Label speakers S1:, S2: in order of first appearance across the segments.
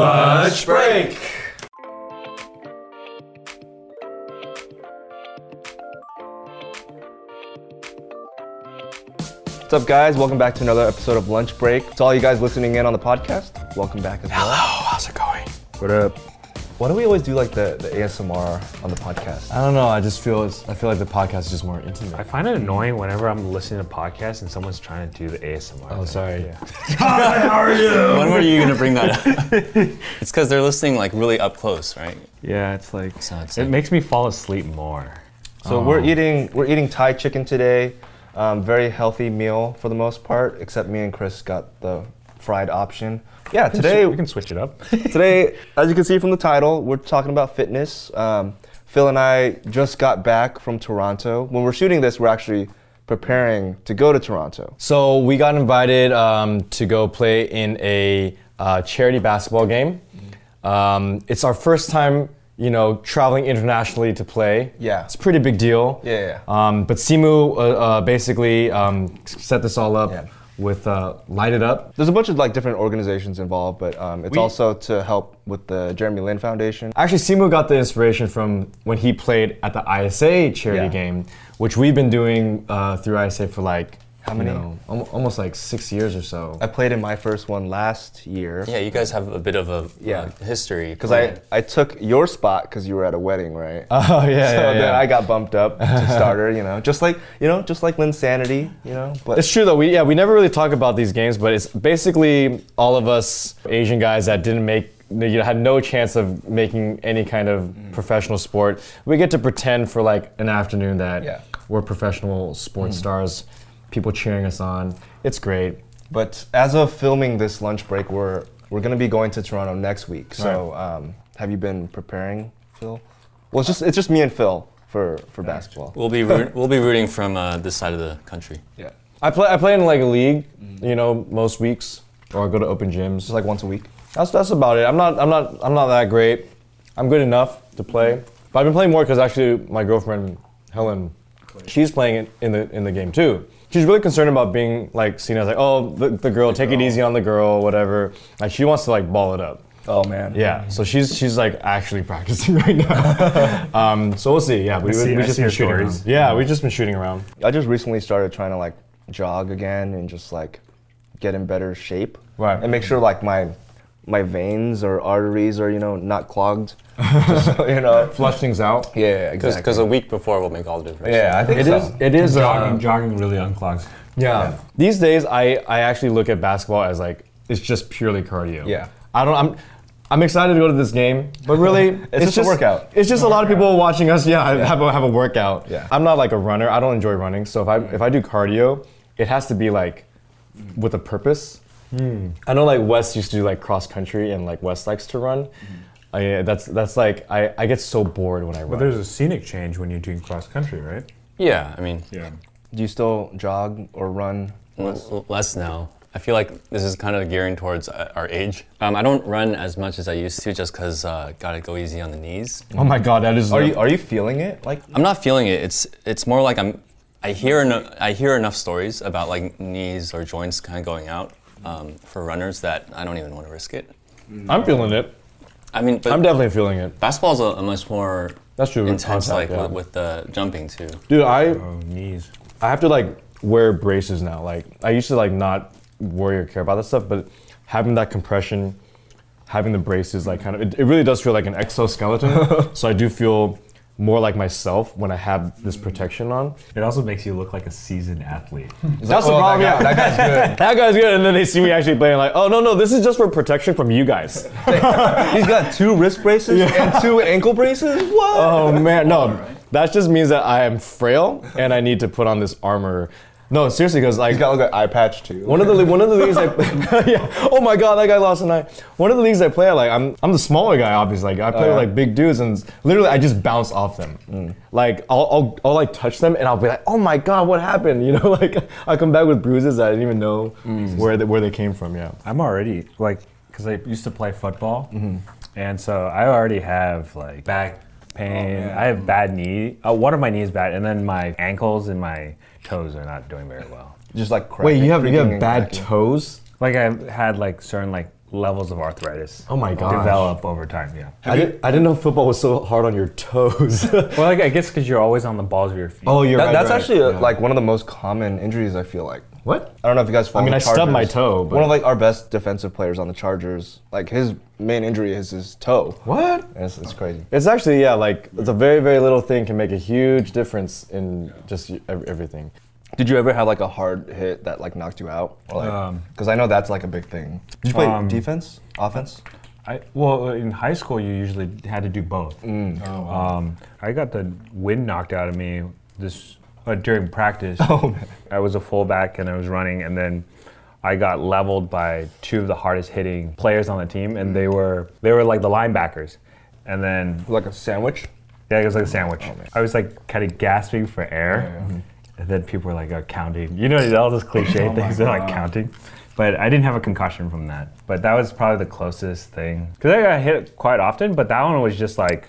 S1: Lunch break.
S2: What's up, guys? Welcome back to another episode of Lunch Break. To all you guys listening in on the podcast, welcome back as well.
S3: Hello, how's it going?
S2: What up? Why do we always do like the, the ASMR on the podcast?
S3: I don't know. I just feel it's, I feel like the podcast is just more intimate.
S1: I find it annoying whenever I'm listening to podcasts and someone's trying to do the ASMR.
S3: Oh, sorry.
S1: How are you?
S4: When were you gonna bring that up? it's because they're listening like really up close, right?
S1: Yeah, it's like
S4: So it's
S1: it
S4: like-
S1: makes me fall asleep more.
S2: So we're
S3: Um,
S2: eating we're eating Thai chicken today. Um, very healthy meal for the most part, except me and Chris got the fried option. Yeah, today
S1: we can switch it up.
S2: Today, as you can see from the title, we're talking about fitness. Um, Phil and I just got back from Toronto. When we're shooting this, we're actually preparing to go to Toronto.
S3: So we got invited um, to go play in a uh, charity basketball game. Um, it's our first time, you know, traveling internationally to play.
S2: Yeah.
S3: it's a pretty big deal.
S2: Yeah, yeah, yeah.
S3: Um, but Simu uh, uh, basically um, set this all up
S2: Yeah.
S3: with uh, light it up.
S2: There's a bunch of like different organizations involved, but um, it's also to help with the Jeremy Lin Foundation.
S3: Actually, Simu got the inspiration from when he played at the ISA charity
S2: Yeah.
S3: game, which we've been doing uh, through ISA for like how
S2: many? Uh,
S3: almost like six years or so.
S2: I played in my first one last year
S4: Yeah, you guys have a bit of a
S2: Yeah.
S4: uh, history.
S2: because I, I took your spot because you were at a wedding, right?
S3: Oh yeah,
S2: so
S3: yeah,
S2: then
S3: yeah.
S2: I got bumped up to starter, you know, just like you know, just like Lin Sanity, you know. But
S3: it's true though. We yeah we never really talk about these games, but it's basically all of us Asian guys that didn't make you know, had no chance of making any kind of professional sport. We get to pretend for like an afternoon that
S2: Yeah.
S3: we're professional sports stars. People cheering us on. It's great.
S2: But as of filming this lunch break, we're we're gonna be going to Toronto next week. So um, have you been preparing, Phil? Well, it's just it's just me and Phil for for basketball.
S4: we'll be root- we'll be rooting from uh, this side of the country.
S2: Yeah,
S3: I play I play in like a league, you know, most weeks, or I go to open gyms.
S2: just like once a week.
S3: That's that's about it. I'm not I'm not I'm not that great. I'm good enough to play, but I've been playing more because actually my girlfriend Helen, she's playing it in the in the game too. She's really concerned about being like seen as like oh the, the girl take it easy on the girl whatever. Like she wants to like ball it up.
S2: Oh man.
S3: Yeah, so she's she's like actually practicing right now. um, so we'll see. Yeah, we,
S1: see-
S3: we,
S1: I
S3: have just
S1: see
S3: been
S1: your
S3: shooting.
S1: stories.
S3: Around. Yeah, we've just been shooting around.
S2: I just recently started trying to like jog again and just like get in better shape.
S3: Right.
S2: And make sure like my my veins or arteries are you know not clogged. Just, you know.
S3: Flush things out.
S2: Yeah,
S4: Because
S2: exactly.
S4: a week before will make all the difference.
S2: yeah, I think
S3: It
S2: so.
S3: is. It is. uh,
S1: jogging really unclogs.
S3: Yeah. These days, I, I actually look at basketball as like it's just purely cardio.
S2: Yeah.
S3: I don't. I'm I'm excited to go to this game, but really, it's,
S2: just a workout.
S3: It's just a lot of people watching us. Yeah, have a have a workout.
S2: Yeah.
S3: I'm not like a runner. I don't enjoy running. So if I if I do cardio, it has to be like with a purpose.
S2: Hmm.
S3: I know like Wes used to do like cross country and like Wes likes to run.
S2: Hmm.
S3: I, that's that's like I, I get so bored when I run.
S5: But there's a scenic change when you're doing cross country, right?
S4: yeah. I mean,
S5: Yeah.
S2: Do you still jog or run?
S4: less, less now. I feel like this is kind of gearing towards uh, our age. Um, I don't run as much as I used to, just because uh, gotta go easy on the knees.
S3: oh my god, that is
S2: Are you are you feeling it? Like
S4: I'm not feeling it. It's it's more like I'm. I hear eno- I hear enough stories about like knees or joints kind of going out um, for runners that I don't even want to risk it.
S3: I'm feeling it.
S4: I mean, but
S3: I'm definitely feeling it.
S4: Basketball's a, a much more
S3: That's true, with
S4: intense,
S3: contact,
S4: like
S3: yeah.
S4: with, with the jumping too.
S3: Dude, I
S5: Oh, knees.
S3: I have to like wear braces now. Like I used to like not worry or care about that stuff, but having that compression, having the braces, like kind of, it, it really does feel like an exoskeleton. so I do feel more like myself when I have this protection on.
S1: It also makes you look like a seasoned athlete.
S3: That's the problem. Oh, yeah.
S2: oh, That guy's good.
S3: That guy's good, and then they see me actually playing. Like, oh no, no, this is just for protection from you guys.
S2: He's got two wrist braces and two ankle braces. What?
S3: Oh man, no, that just means that I am frail and I need to put on this armor. No, seriously, because like
S2: He's got like an eye patch too.
S3: One of the one of the leagues I yeah. Oh my god, that guy lost an eye. One of the leagues I play, like I'm I'm the smaller guy, obviously. Like I
S2: Oh,
S3: play with like big dudes, and s- literally I just bounce off them.
S2: Mm.
S3: Like I'll, I'll I'll like touch them, and I'll be like, oh my god, what happened? You know, like I come back with bruises that I didn't even know
S2: Mm.
S3: where they, where they came from. Yeah.
S5: I'm already like, because I used to play football,
S3: Mm-hmm.
S5: and so I already have like back
S3: Oh,
S5: pain. I
S3: Mm-hmm.
S5: have bad knee. Uh, one of my knees bad, and then my ankles and my toes are not doing very well.
S2: just like
S3: Wait, you have you
S2: cracking
S3: have
S2: and
S3: bad
S2: cracking.
S3: toes?
S5: Like I've had like certain like levels of arthritis.
S3: Oh my gosh.
S5: Develop over time. Yeah.
S3: I, did, I didn't know football was so hard on your toes. Oh,
S5: Well, like, I guess because you're always on the balls of your feet.
S3: you're
S2: That- that's actually uh like one of the most common injuries. I feel like.
S3: what?
S2: I don't know if you guys follow.
S3: mean,
S2: the
S3: I stubbed my
S2: Chargers.
S3: toe, but-
S2: One of like our best defensive players on the Chargers, like his main injury is his toe.
S3: What?
S2: And It's, it's crazy.
S3: It's actually yeah, like it's a very very little thing can make a huge difference in just ev- everything.
S2: Did you ever have like a hard hit that like knocked you out? Because
S5: Um,
S2: I know that's like a big thing. Did you play
S5: Um,
S2: defense, offense?
S5: I, well, uh, in high school, you usually had to do both. um, I got the wind knocked out of me this uh, during practice. Oh, man. I was a fullback and I was running, and then I got leveled by two of the hardest hitting players on the team, and they were they were like the linebackers. And then
S2: Like a sandwich?
S5: yeah, it was like a sandwich.
S3: Oh,
S5: I was like kind of gasping for air,
S3: Mm-hmm.
S5: and then people were like uh, counting. You know all those
S3: Oh,
S5: cliche things. They're like counting, but I didn't have a concussion from that. But that was probably the closest thing because I got hit quite often. But that one was just like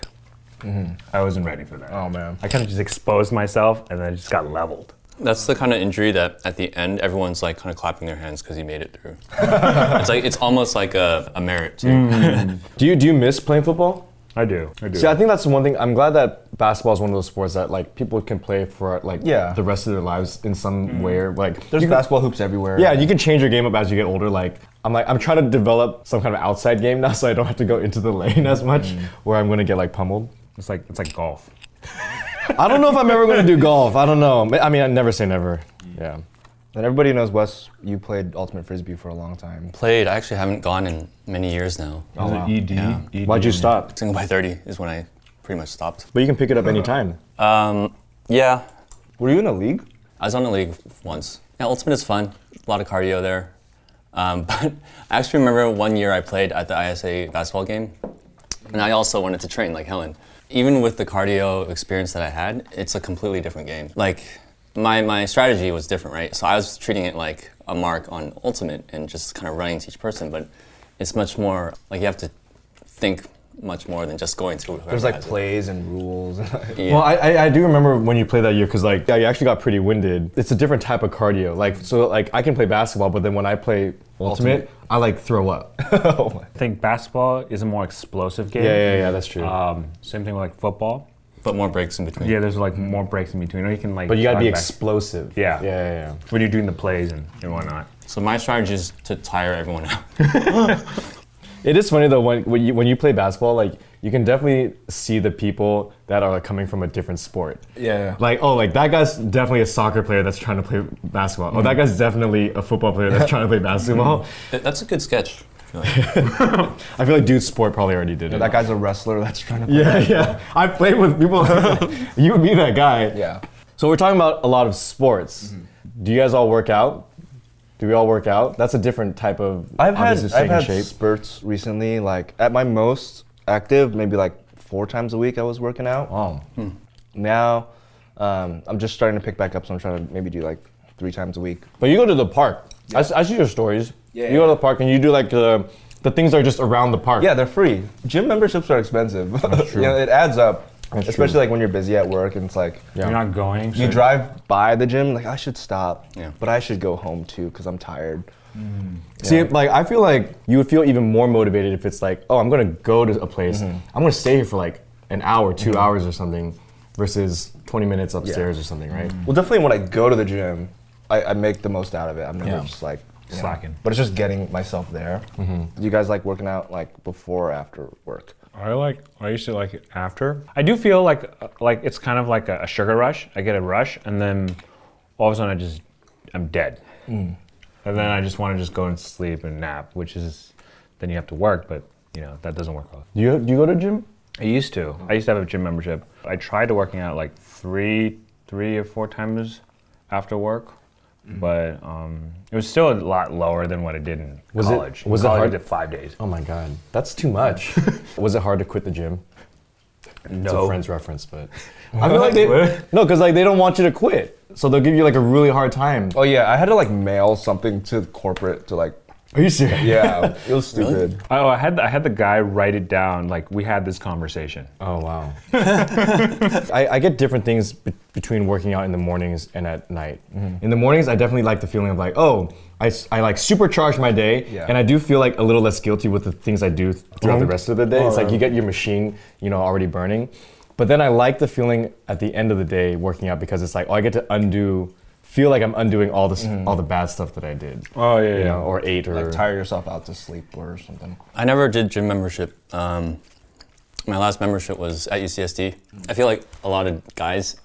S3: Mm-hmm.
S5: I wasn't ready for that.
S2: Oh man.
S5: I kind of just exposed myself, and then I just got leveled.
S4: That's the kind of injury that at the end everyone's like kind of clapping their hands because he made it through. it's like it's almost like a, a merit too.
S3: Mm. Do you do you miss playing football?
S5: I do. I do.
S3: See, I think that's the one thing. I'm glad that basketball is one of those sports that like people can play for like
S2: Yeah.
S3: the rest of their lives in some way. Like
S2: There's
S3: you can-
S2: basketball hoops everywhere.
S3: Yeah, you can change your game up as you get older. Like I'm like I'm trying to develop some kind of outside game now, so I don't have to go into the lane as much, where I'm gonna get like pummeled.
S5: it's like it's like golf.
S3: I don't know if I'm ever gonna do golf. I don't know. I mean, I never say never. Yeah.
S2: And everybody knows Wes. You played ultimate frisbee for a long time.
S4: Played. I actually haven't gone in many years now.
S5: Oh, ED, ED.
S3: Why'd you stop?
S4: Single by 30 is when I pretty much stopped.
S3: But you can pick it up anytime.
S4: Um, yeah,
S2: Were you in a league?
S4: I was on the league once. Yeah, ultimate is fun. A lot of cardio there. Um, but I actually remember one year I played at the ISA basketball game, and I also wanted to train like Helen. Even with the cardio experience that I had, it's a completely different game. Like my my strategy was different, right? So I was treating it like a mark on ultimate and just kind of running to each person, but it's much more like you have to think much more than just going through.
S2: There's like plays and rules.
S4: Yeah.
S3: Well, I, I, I do remember when you played that year because like yeah, you actually got pretty winded. It's a different type of cardio. Like so, like I can play basketball, but then when I play ultimate,
S2: Ultimate.
S3: I like throw up.
S5: I think basketball is a more explosive game.
S3: Yeah, yeah, yeah. That's true.
S5: Um, same thing with like football.
S4: but more breaks in between.
S5: Yeah, there's like more breaks in between, or you can like.
S3: but you gotta be
S5: drive back
S3: explosive.
S5: Yeah.
S3: Yeah. Yeah. yeah.
S5: when you're doing the plays and, and whatnot.
S4: So my strategy is to tire everyone out.
S3: It is funny though when when you, when you play basketball, like you can definitely see the people that are like, coming from a different sport.
S2: yeah.
S3: Like oh, like that guy's definitely a soccer player that's trying to play basketball. Oh, that guy's definitely a football player that's trying to play basketball.
S4: Th- That's a good sketch.
S3: I feel like dude sport probably already did it.
S2: That guy's a wrestler that's trying to. Play.
S3: Yeah, yeah. I played with people. you would be that guy.
S2: Yeah.
S3: So we're talking about a lot of sports. Do you guys all work out? Do we all work out? That's a different type of.
S2: I've had
S3: obviously
S2: I've
S3: taking
S2: had
S3: shape.
S2: spurts recently. Like at my most active, maybe like four times a week, I was working out.
S3: Wow.
S2: Now, um, I'm just starting to pick back up, so I'm trying to maybe do like three times a week.
S3: But you go to the park. I s I I, see your stories.
S2: Yeah,
S3: you go to
S2: yeah.
S3: the park and you do like the the things that are just around the park.
S2: Yeah, they're free. Gym memberships are expensive. you know, it adds up,
S3: That's
S2: especially
S3: true.
S2: like when you're busy at work and it's like
S3: Yeah.
S5: You're not going.
S2: you
S5: so-
S2: drive by the gym, like I should stop,
S4: Yeah.
S2: but I should go home too because I'm tired.
S3: See, like I feel like you would feel even more motivated if it's like, oh, I'm gonna go to a place. I'm gonna stay here for like an hour, 2 hours, or something, versus 20 minutes upstairs or something, right?
S2: Well, definitely when I go to the gym, I, I make the most out of it. I'm never
S3: Yeah.
S2: just like you know,
S5: Slacking.
S2: but it's just getting myself there. Do you guys like working out like before or after work?
S5: I like. I used to like it after. I do feel like like it's kind of like a, a sugar rush. I get a rush, and then all of a sudden I just I'm dead, Mm. and then I just want to just go and sleep and nap, which is then you have to work, but you know that doesn't work out.
S3: Do you do you go to gym?
S5: I used to. I used to have a gym membership. I tried to working out like three, three or four times after work, Mm. but um, it was still a lot lower than what I did in
S3: Was it-
S5: college.
S3: was it
S5: college
S3: hard-
S5: I did five days.
S3: Oh my god, that's too much. Was it hard to quit the gym? It's a
S5: No.
S3: Friends reference, but I feel like they no, because like they don't want you to quit, so they'll give you like a really hard time.
S2: Oh yeah, I had to like mail something to corporate to like
S6: Are you serious?
S2: Yeah, it was stupid.
S5: Oh, I had I had the guy write it down. Like we had this conversation.
S6: Oh wow. I, I get different things be- between working out in the mornings and at night.
S2: Mm-hmm.
S6: In the mornings, I definitely like the feeling of like, oh, I, s- I like supercharge my day,
S2: Yeah.
S6: and I do feel like a little less guilty with the things I do th- throughout the rest of the day. it's
S2: Oh,
S6: like you get your machine, you know, already burning. But then I like the feeling at the end of the day working out because it's like, oh, I get to undo, feel like I'm undoing all this,
S2: Mm-hmm.
S6: all the bad stuff that I did.
S5: Oh, yeah,
S6: you
S5: yeah.
S6: know, or ate or
S2: Like tire yourself out to sleep or something.
S4: I never did gym membership. Um, my last membership was at UCSD. I feel like a lot of guys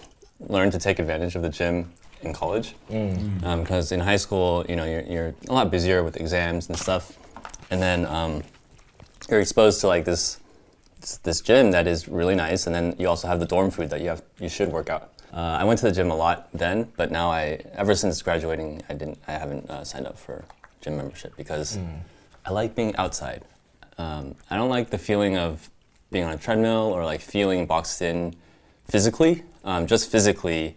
S4: learn to take advantage of the gym in college because in high school, you know, you're, you're a lot busier with exams and stuff, and then um, you're exposed to like this this gym that is really nice, and then you also have the dorm food that you have you should work out. Uh, I went to the gym a lot then, but now I ever since graduating, I didn't I haven't uh, signed up for gym membership because I like being outside. Um, I don't like the feeling of being on a treadmill or like feeling boxed in physically, um, just physically,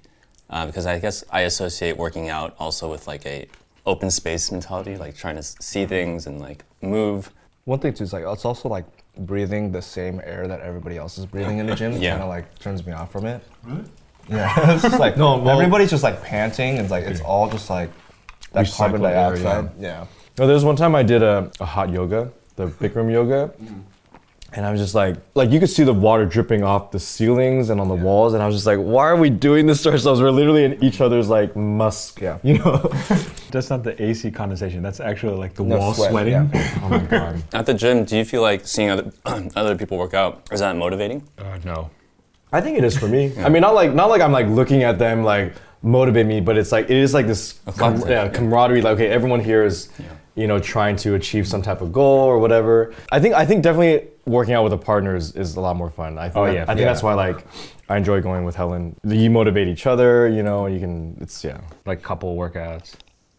S4: uh, because I guess I associate working out also with like a open space mentality, like trying to s- see things and like move.
S2: One thing too is like it's also like breathing the same air that everybody else is breathing in the gym.
S4: Yeah.
S2: Kind of like turns me off from it. Really? Yeah. it's just like no, everybody's just like panting and like it's all just like that carbon
S6: Recycled air,
S2: dioxide. yeah.
S6: No, there was one time I did a, a hot yoga, the Bikram yoga,
S2: Mm.
S6: and I was just like, like you could see the water dripping off the ceilings and on the walls, and I was just like, why are we doing this to ourselves? We're literally in each other's like musk,
S2: Yeah.
S6: you know?
S5: That's not the AC condensation. That's actually like the
S2: No
S5: wall
S2: sweat,
S5: sweating.
S6: oh my god.
S4: At the gym, do you feel like seeing other other people work out? Is that motivating?
S5: Uh, no.
S6: I think it is for me. I mean, not like not like I'm like looking at them like motivate me, but it's like it is like this com-
S4: concept,
S6: yeah, camaraderie. Like okay, everyone here is you know trying to achieve some type of goal or whatever. I think I think definitely working out with a partner is, is a lot more fun. I think
S5: Oh,
S6: that-
S5: yeah.
S6: I think
S2: Yeah.
S6: that's why like I enjoy going with Helen. You motivate each other. You know, you can. It's yeah.
S5: Like couple workouts.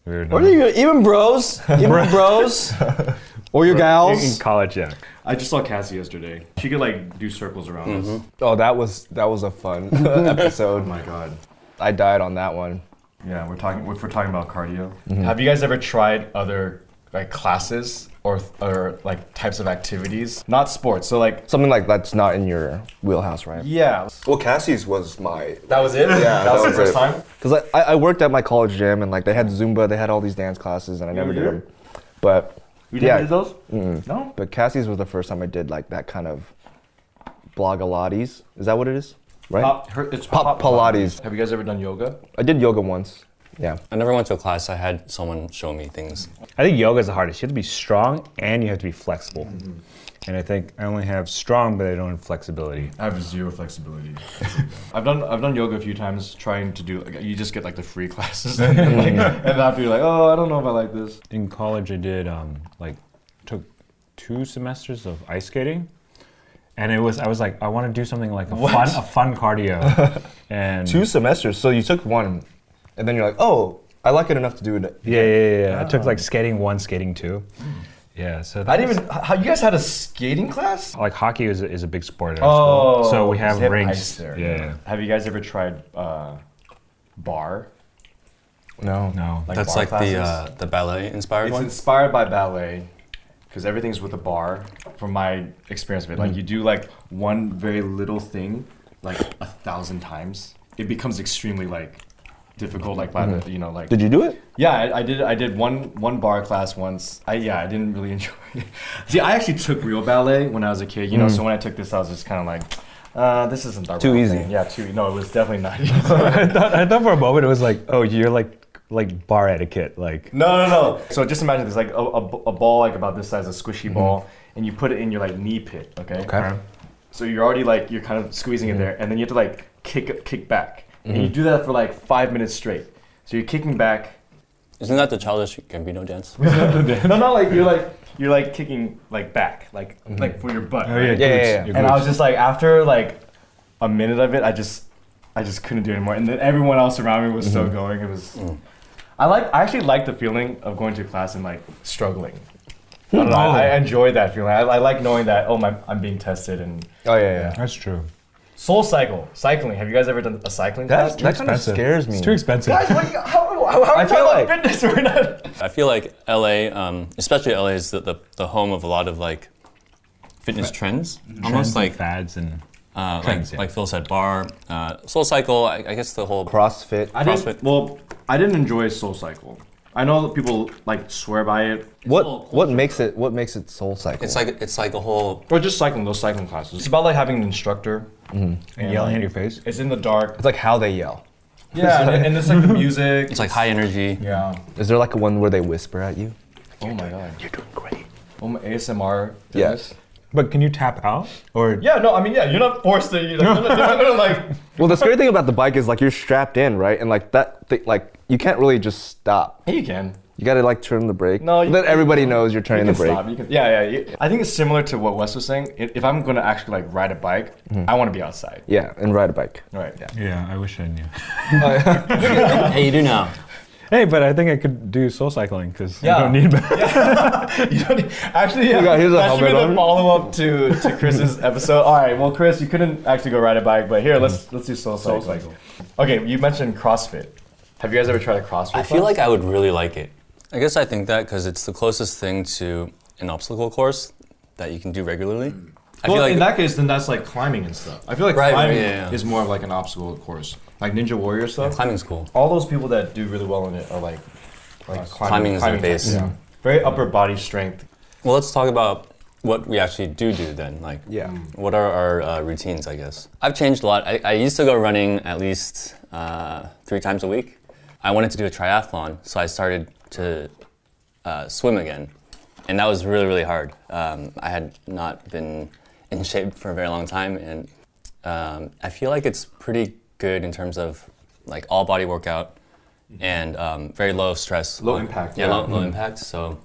S5: We were
S6: Or
S5: doing-
S6: you, even bros, even bros, or your
S5: in
S6: gals.
S5: college, yeah.
S7: I just saw Cassie yesterday. She could like do circles around
S5: Mm-hmm.
S7: us.
S2: Oh, that was that was a fun episode.
S7: Oh my god.
S2: I died on that one.
S7: Yeah, we're talking. If we're talking about cardio,
S2: Mm-hmm.
S3: Have you guys ever tried other like classes or or like types of activities? Not sports. So like
S2: Something like that's not in your wheelhouse, right?
S3: yeah,
S2: Well, Cassie's was my
S3: that was it. Yeah, that,
S2: that
S3: was the
S2: was
S3: first
S2: it.
S3: time.
S2: Because like, I, I worked at my college gym and like they had Zumba, they had all these dance classes, and I never
S7: you
S2: did
S7: did?
S2: them. But
S7: you didn't
S2: yeah,
S7: do those? No.
S2: but Cassie's was the first time I did like that kind of blogilates. Is that what it is? Right?
S3: Pop, her, it's
S2: Pop Pilates.
S3: Have you guys ever done yoga?
S2: I did yoga once. Yeah.
S4: I never went to a class. I had someone show me things.
S5: I think yoga is the hardest. You have to be strong and you have to be flexible. And I think I only have strong, but I don't have flexibility.
S3: I have zero flexibility. I've done I've done yoga a few times, trying to do. Like, you just get like the free classes, and,
S2: Mm-hmm.
S3: like, and after you're like, oh, I don't know if I like this.
S5: In college, I did um, like took two semesters of ice skating, and it was I was like I want to do something like a fun a fun cardio, and
S2: Two semesters. So you took one, and then you're like, oh, I like it enough to do it.
S5: yeah yeah yeah, yeah. I took like skating one, skating two, yeah. So
S3: I
S5: that
S3: didn't even. How you guys had a skating class?
S5: like hockey is a, is a big sport. At our school. so we have
S3: they
S5: rings.
S3: Oh, ice there.
S5: Yeah, yeah.
S3: Have you guys ever tried uh, bar?
S2: No.
S5: No.
S3: Like
S4: That's
S3: bar
S4: like the
S3: classes?
S4: uh, the ballet inspired
S3: It's
S4: one.
S3: inspired by ballet because everything's with a bar. From my experience of it,
S5: Mm-hmm.
S3: like you do like one very little thing like a thousand times, it becomes extremely like difficult. Like by
S5: Mm-hmm.
S3: the, you know like
S2: Did you do it?
S3: yeah, I, I did I did one one bar class once. I yeah I didn't really enjoy it. See, I actually took real ballet when I was a kid. You know, so when I took this, I was just kind of like. Uh, this isn't the
S2: Mm. Too
S3: real
S2: easy.
S3: thing. Yeah, too. e, No, it was definitely not. easy.
S5: I thought, I thought for a moment it was like, oh, you're like like bar etiquette, like
S3: No, no, no. So just imagine this, like a, a, a ball like about this size, a squishy
S2: Mm-hmm.
S3: ball, and you put it in your like knee pit, okay?
S5: Okay.
S3: So you're already like you're kind of squeezing
S2: Mm-hmm.
S3: it there, and then you have to like kick kick back, and you do that for like five minutes straight. So you're kicking back.
S4: Isn't that the childish Gambino dance?
S3: no, no, like you're like you're like kicking like back, like like for your butt. right?
S2: Mm-hmm. Oh, yeah, yeah, yeah.
S5: your
S3: And I was
S5: glutes.
S3: just like, after like a minute of it, I just, I just couldn't do it anymore. And then everyone else around me was still
S2: Mm-hmm.
S3: going. It was,
S2: Mm.
S3: I like, I actually like the feeling of going to class and like struggling. I,
S2: Hmm.
S3: don't know, I,
S2: Oh.
S3: I enjoy that feeling. I, I like knowing that oh my, I'm being tested and
S2: Oh yeah, yeah.
S5: that's true.
S3: soul cycle cycling. Have you guys ever done a cycling
S2: That,
S3: class?
S2: that kind of scares me.
S5: It's too expensive.
S3: Guys, what do you, how, how, how are
S2: I
S3: we
S2: feel
S3: talking about
S2: like-
S3: fitness? We're not.
S4: I feel like LA, um, especially LA, is the, the, the home of a lot of like fitness trends, almost
S5: Trends and
S4: like
S5: fads and
S4: uh,
S5: trends,
S4: like,
S5: yeah.
S4: like Phil said, bar, uh, Soul Cycle. I, I guess the whole
S2: CrossFit.
S7: I didn't,
S4: CrossFit.
S7: well, I didn't enjoy Soul Cycle. I know that people like swear by it,
S2: What what makes it what makes it soul cycle?
S4: it's like it's like a whole
S7: or just cycling those cycling classes.
S3: It's about like having an instructor.
S5: and yelling in your face.
S3: It's in the dark.
S2: it's like how they yell.
S3: Yeah, and, and it's like the music.
S4: it's like high energy.
S3: Yeah.
S2: Is there like one where they whisper at you?
S3: Oh my god. You're doing great. Oh my ASMR.
S2: Yes.
S5: But can you tap out or
S3: Yeah, no, I mean, yeah, you're not forced to. You're not, they're not gonna like.
S2: Well, the scary thing about the bike is like you're strapped in, right? And like that, thi- like you can't really just stop.
S3: Hey, you can.
S2: You gotta like turn the brake.
S3: No, you-
S2: then everybody knows you're turning
S3: You
S2: the
S3: can
S2: brake.
S3: stop, you can- yeah, yeah. you- I think it's similar to what Wes was saying. If if I'm gonna actually like ride a bike, I want to be outside.
S2: Yeah, and ride a bike.
S3: Right. Yeah.
S5: Yeah, I wish I knew.
S4: Hey, you do now.
S5: Hey, but I think I could do soul cycling because
S3: Yeah.
S5: I don't need back.
S3: You don't need- actually, yeah,
S2: got- here's a
S3: that should be
S2: helmet
S3: the
S2: on.
S3: follow up to, to Chris's episode. All right, well, Chris, you couldn't actually go ride a bike, but here,
S2: Mm-hmm.
S3: let's let's do soul cycle. Okay, you mentioned CrossFit. Have you guys ever tried a CrossFit?
S4: I feel
S3: class?
S4: like I would really like it. I guess I think that because it's the closest thing to an obstacle course that you can do regularly. I
S7: Well,
S4: feel like
S7: in that case, then that's like climbing and stuff. I feel like
S4: Right, right,
S7: climbing
S4: yeah, yeah.
S7: is more of like an obstacle course, like Ninja Warrior stuff.
S4: climbing's cool.
S3: all those people that do really well in it are like, like climbing,
S4: Climbing is their base.
S3: yeah. Very upper body strength.
S4: Well, let's talk about what we actually do do then. Like,
S2: Yeah.
S4: what are our uh, routines? I guess I've changed a lot. I, I used to go running at least uh, three times a week. I wanted to do a triathlon, so I started to uh, swim again, and that was really really hard. Um, I had not been in shape for a very long time, and um, I feel like it's pretty good in terms of like all body workout and um, very low stress,
S3: Low impact,
S4: Yeah,
S3: yeah.
S4: Low, low impact. So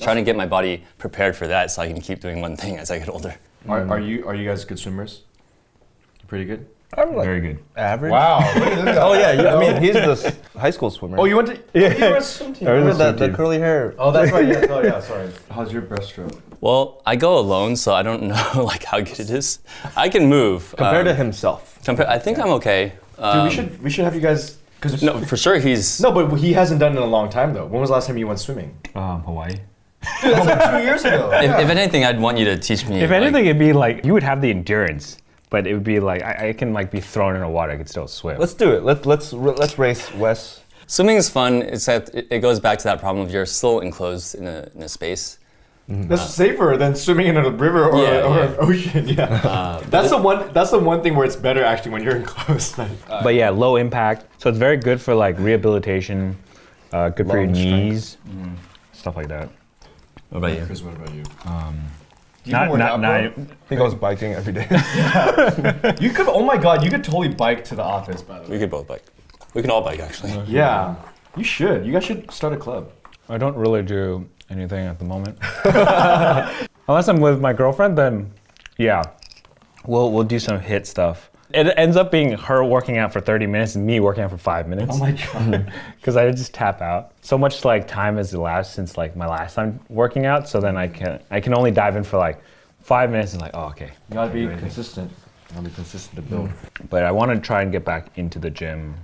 S4: trying to get my body prepared for that so I can keep doing one thing as I get older.
S7: Are,
S2: Mm.
S7: are you are you guys good swimmers? You're pretty good.
S5: Very good.
S2: Average.
S3: Wow.
S2: Oh yeah, you, I mean he's the s- high school swimmer.
S3: oh, you went to yeah. You were a swim team.
S2: remember
S5: was
S2: that
S5: the
S2: the curly hair?
S3: Oh, that's right. Yeah, oh, yeah. Sorry.
S7: How's your breaststroke?
S4: Well, I go alone, so I don't know like how good it is. I can move.
S2: Compared to
S4: um,
S2: himself.
S4: compare- I think I'm okay.
S3: Dude,
S4: Um,
S3: we should we should have you guys because
S4: no, for sure he's.
S3: no, but he hasn't done it in a long time though. When was the last time you went swimming?
S5: Um, Hawaii.
S3: Two years ago.
S4: If, if anything, I'd want you to teach me.
S5: If
S4: like-
S5: anything, it'd be like you would have the endurance, but it would be like I, I can like be thrown in the water. I could still swim.
S2: Let's do it. Let's let's r- let's race Wes.
S4: Swimming is fun, except it it goes back to that problem of you're still enclosed in a, in a space.
S3: That's safer than swimming in a river or,
S4: Yeah,
S3: or
S4: yeah. Uh,
S3: an ocean. Yeah. that's the one. That's the one thing where it's better actually when you're in close. Like,
S5: but yeah, low impact. So it's very good for like rehabilitation, uh, good for your
S2: Long
S5: knees, stuff like that.
S4: What about you?
S7: Chris, what about you?
S5: Um, Not, not, not,
S2: He goes biking every day.
S3: you could. Oh my god, you could totally bike to the office. By the way.
S4: We could both bike. We can all bike actually.
S3: Yeah. You should. You guys should start a club.
S5: I don't really do anything at the moment. Unless I'm with my girlfriend, then yeah, we'll we'll do some hit stuff. It ends up being her working out for 30 minutes and me working out for five minutes. Oh my god! Because I just tap out. So much like time has elapsed since like my last time working out, so then I can I can only dive in for like five minutes and like oh okay.
S3: You gotta be consistent. You gotta be consistent to build.
S5: But I want to try and get back into the gym,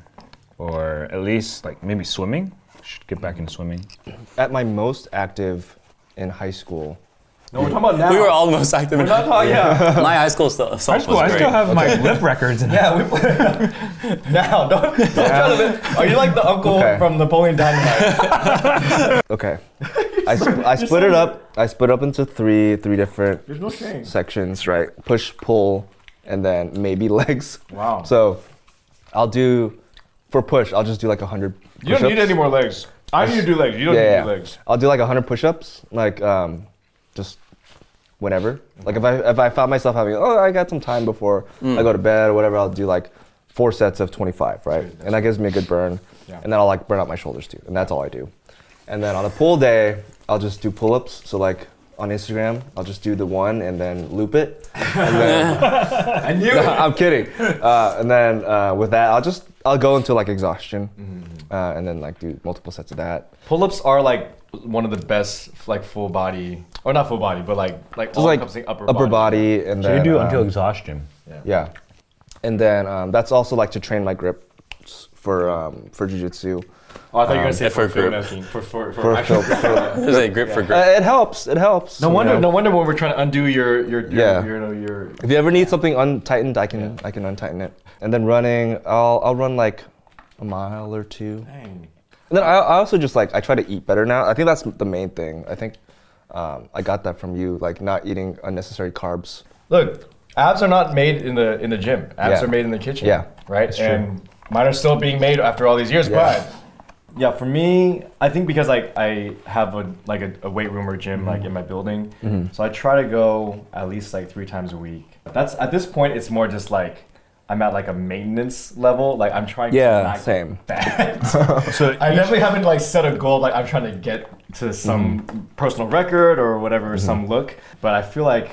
S5: or at least like maybe swimming. Should get back into swimming.
S2: At my most active in high school.
S3: No, we're talking about now.
S4: We were all the most active. in
S3: Not how- yeah.
S4: My high school stuff
S5: High
S4: was
S5: school, I
S4: great.
S5: still have my lip records. In
S3: Yeah, we play- now don't, don't try to. Be, are you like the uncle
S2: Okay.
S3: from Napoleon Dynamite?
S2: Okay. I, sp- I split it up. I split up into three three different
S3: There's no shame.
S2: sections, right? Push, pull, and then maybe legs.
S3: Wow.
S2: So I'll do for push. I'll just do like hundred.
S3: you don't need any more legs. I need to do legs. You don't
S2: Yeah,
S3: need
S2: yeah.
S3: legs.
S2: I'll do like hundred push-ups, like um, just whenever. Like if I if I found myself having oh I got some time before
S3: Mm.
S2: I go to bed or whatever, I'll do like four sets of twenty-five, right? And that gives me a good burn.
S3: Yeah.
S2: And then I'll like burn out my shoulders too, and that's all I do. And then on a pull day, I'll just do pull-ups. So like on Instagram, I'll just do the one and then loop it. And then
S3: I knew
S2: No, I'm kidding. Uh, and then uh, with that, I'll just I'll go into like exhaustion,
S3: Mm-hmm.
S2: uh, and then like do multiple sets of that.
S3: Pull-ups are like one of the best, like full body, or not full body, but like like
S2: Just like upper,
S3: upper, body.
S2: body. and
S5: So
S2: then
S5: you do
S2: um,
S5: until exhaustion.
S2: yeah, and then um, that's also like to train my grip s- for um, for jujitsu.
S3: Oh, I thought you were gonna say
S4: If for
S3: for
S4: group.
S3: filmmaking. For for for,
S2: For
S3: actual-
S4: There's a grip for grip.
S2: Uh, it helps. It helps.
S3: No
S2: you
S3: wonder.
S2: know?
S3: No wonder when we're trying to undo your your your
S2: Yeah.
S3: your, your, your
S2: If you ever need something untightened, I can I can untighten it. And then running, I'll I'll run like a mile or two.
S3: dang.
S2: And then I, I also just like I try to eat better now. I think that's the main thing. I think um, I got that from you, like not eating unnecessary carbs.
S3: Look, abs are not made in the in the gym. Abs
S2: Yeah.
S3: are made in the kitchen.
S2: Yeah,
S3: Right.
S2: that's true.
S3: And mine are still being made after all these years.
S2: Yeah.
S3: But yeah, for me, I think because like I have a like a, a weight room or gym like in my building,
S2: Mm-hmm.
S3: so I try to go at least like three times a week. That's at this point, it's more just like. I'm at like a maintenance level. Like I'm trying
S2: Yeah,
S3: to not
S2: same.
S3: get bad. so I definitely haven't like set a goal. Like I'm trying to get to some
S2: Mm-hmm.
S3: personal record or whatever, some look. But I feel like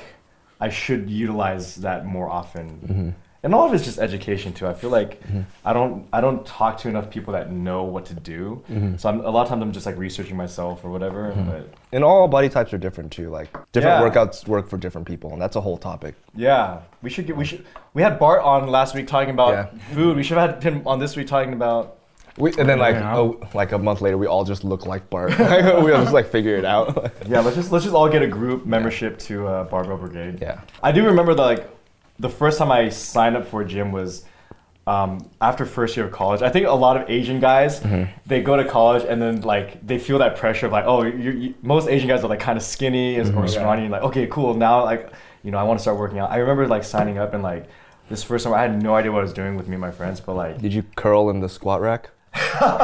S3: I should utilize that more often.
S2: Mm-hmm.
S3: And all of it's just education too. I feel like I don't I don't talk to enough people that know what to do.
S2: Mm-hmm.
S3: So I'm, a lot of times I'm just like researching myself or whatever. But
S2: And all body types are different too. Like different
S3: Yeah.
S2: workouts work for different people, and that's a whole topic.
S3: yeah, we should get we should we had Bart on last week talking about
S2: Yeah.
S3: food. We should have had him on this week talking about
S2: We, and then like
S5: Yeah.
S2: oh, like a month later, we all just look like Bart. we all just like figure it out.
S3: yeah. Let's just let's just all get a group membership to uh, Barbell Brigade.
S2: yeah.
S3: I do remember the, like the first time I signed up for a gym was um, after first year of college. I think a lot of Asian guys they go to college and then like they feel that pressure of like oh you're, you, most Asian guys are like kind of skinny and or scrawny and like okay cool now like you know I want to start working out. I remember like signing up and like this first time I had no idea what I was doing with me and my friends, but like
S2: Did you curl in the squat rack?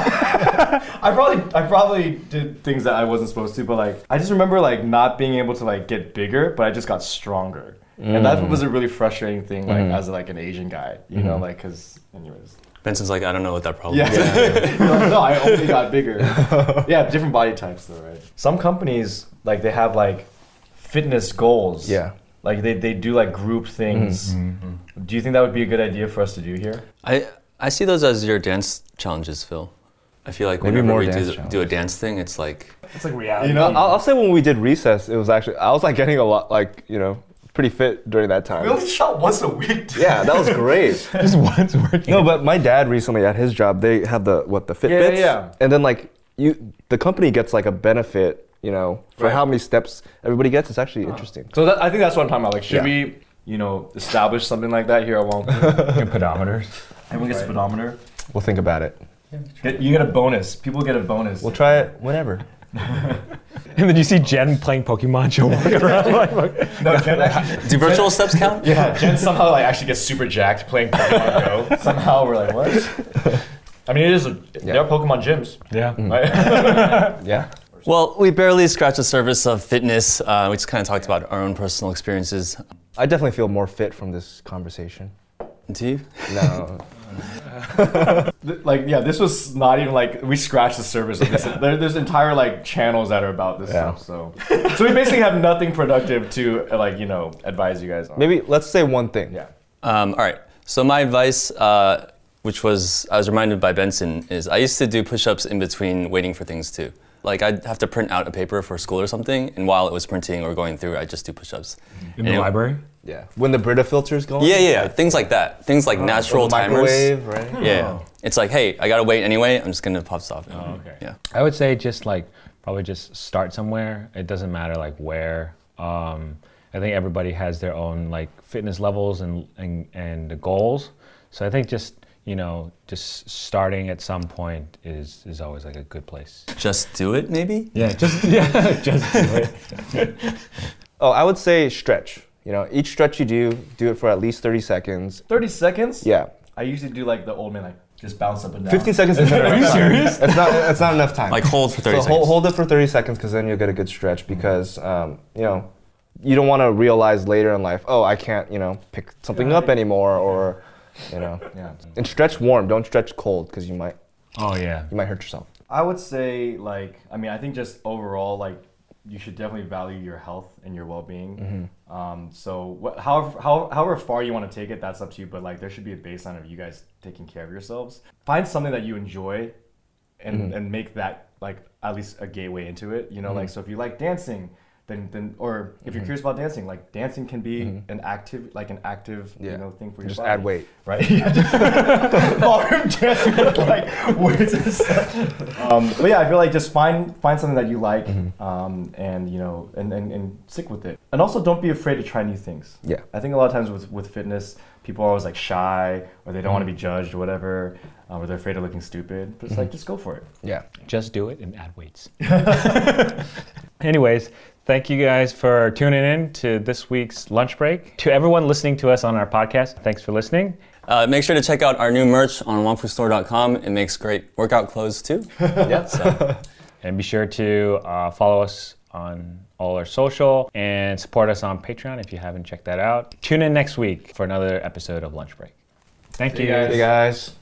S3: I probably I probably did things that I wasn't supposed to, but like I just remember like not being able to like get bigger, but I just got stronger, and that was a really frustrating thing like as like an Asian guy, you know, like because anyways.
S4: Benson's like, I don't know what that problem
S3: Yeah.
S4: is.
S3: You're like, no, I only got bigger. yeah, different body types though, right? Some companies like they have like fitness goals.
S2: Yeah.
S3: Like they, they do like group things. Do you think that would be a good idea for us to do here?
S4: I I see those as your dance challenges, Phil. I feel like
S2: Maybe
S4: whenever
S2: more
S4: we
S2: dance
S4: do, do a dance thing, it's like
S5: It's like reality.
S2: You know, I'll, I'll say when we did recess, it was actually I was like getting a lot like you know pretty fit during that time.
S3: shot once a week.
S2: Yeah, that was great.
S5: just once working.
S2: No, but my dad recently at his job, they have the what the
S3: yeah,
S2: Fitbits,
S3: yeah.
S2: and then like you, the company gets like a benefit, you know, for
S3: Right.
S2: how many steps everybody gets. It's actually interesting.
S3: So that, I think that's what I'm talking about. Like, should
S2: Yeah.
S3: we, you know, establish something like that here at Wong?
S5: pedometers.
S3: Everyone gets a speedometer.
S2: We'll think about it.
S3: Get, you get a bonus. People get a bonus.
S2: We'll try it whenever.
S5: And then you see Jen playing Pokemon. She'll walk around like,
S3: no, Jen actually,
S4: do virtual steps count?
S3: yeah, Jen somehow like actually gets super jacked playing Pokemon Go. Somehow we're like, what? I mean, it is. A, There are Pokemon gyms.
S5: yeah.
S3: Right?
S2: Yeah.
S4: Well, we barely scratched the surface of fitness. Uh, we just kind of talked about our own personal experiences.
S2: I definitely feel more fit from this conversation.
S4: Do you?
S2: No.
S3: Th- like, yeah, this was not even like we scratched the surface of this. There, there's entire like channels that are about this
S2: Yeah.
S3: stuff. So, so we basically have nothing productive to uh, like you know advise you guys on.
S2: Maybe let's say one thing.
S3: Yeah.
S4: Um, all right. So my advice, uh, which was I was reminded by Benson, is I used to do push-ups in between waiting for things too. Like I'd have to print out a paper for school or something, and while it was printing or going through, I would just do push-ups.
S5: In the
S4: Anyway.
S5: library.
S2: Yeah. When the Brita filter's going.
S4: Yeah, yeah, yeah. Things like that. Things like natural timers.
S2: Microwave, right?
S4: Yeah. It's like, hey, I gotta wait anyway. I'm just gonna pop stop.
S3: okay.
S4: Yeah.
S5: I would say just like probably just start somewhere. It doesn't matter like where. Um, I think everybody has their own like fitness levels and and and goals. So I think just you know just starting at some point is is always like a good place.
S4: Just do it, maybe.
S5: Yeah, just yeah, just do it.
S2: Oh, I would say stretch. You know, each stretch you do, do it for at least 30 seconds.
S3: Thirty seconds.
S2: Yeah.
S3: I usually do like the old man, like just bounce up and down.
S2: 15 seconds is Are you serious? It's not, it's not enough time.
S4: Like hold for thirty
S2: so
S4: seconds.
S2: Hold, hold it for 30 seconds because then you'll get a good stretch because, um, you know, you don't want to realize later in life, oh, I can't, you know, pick something up anymore or, you know.
S3: Yeah.
S2: And stretch warm, don't stretch cold because you might,
S5: Oh yeah.
S2: you might hurt yourself.
S3: I would say, like, I mean, I think just overall, like, you should definitely value your health and your well-being.
S2: Mm-hmm.
S3: Um, so, what, however, how, however far you want to take it, that's up to you. But like, there should be a baseline of you guys taking care of yourselves. Find something that you enjoy,
S2: Mm-hmm.
S3: and and make that like at least a gateway into it. You know, like, so if you like dancing. then then or if
S2: Mm-hmm.
S3: you're curious about dancing, like dancing can be an active like an active
S2: Yeah.
S3: you know thing for your
S2: Just
S3: body.
S2: add weight.
S3: right? Ballroom dancing with like weights and stuff. Um, but yeah, I feel like just find find something that you like, um, and you know, and, and and stick with it. And also, don't be afraid to try new things.
S2: Yeah.
S3: I think a lot of times with with fitness, people are always like shy, or they don't want to be judged, or whatever, uh, or they're afraid of looking stupid. But it's like just go for it.
S2: Yeah.
S5: Just do it and add weights. Anyways, thank you guys for tuning in to this week's lunch break. To everyone listening to us on our podcast, thanks for listening.
S4: Uh, make sure to check out our new merch on wongfustore.com. It makes great workout clothes too.
S2: Yeah.
S5: And be sure to uh, follow us on all our social and support us on Patreon if you haven't checked that out. Tune in next week for another episode of Lunch Break. Thank you.
S2: Hey guys.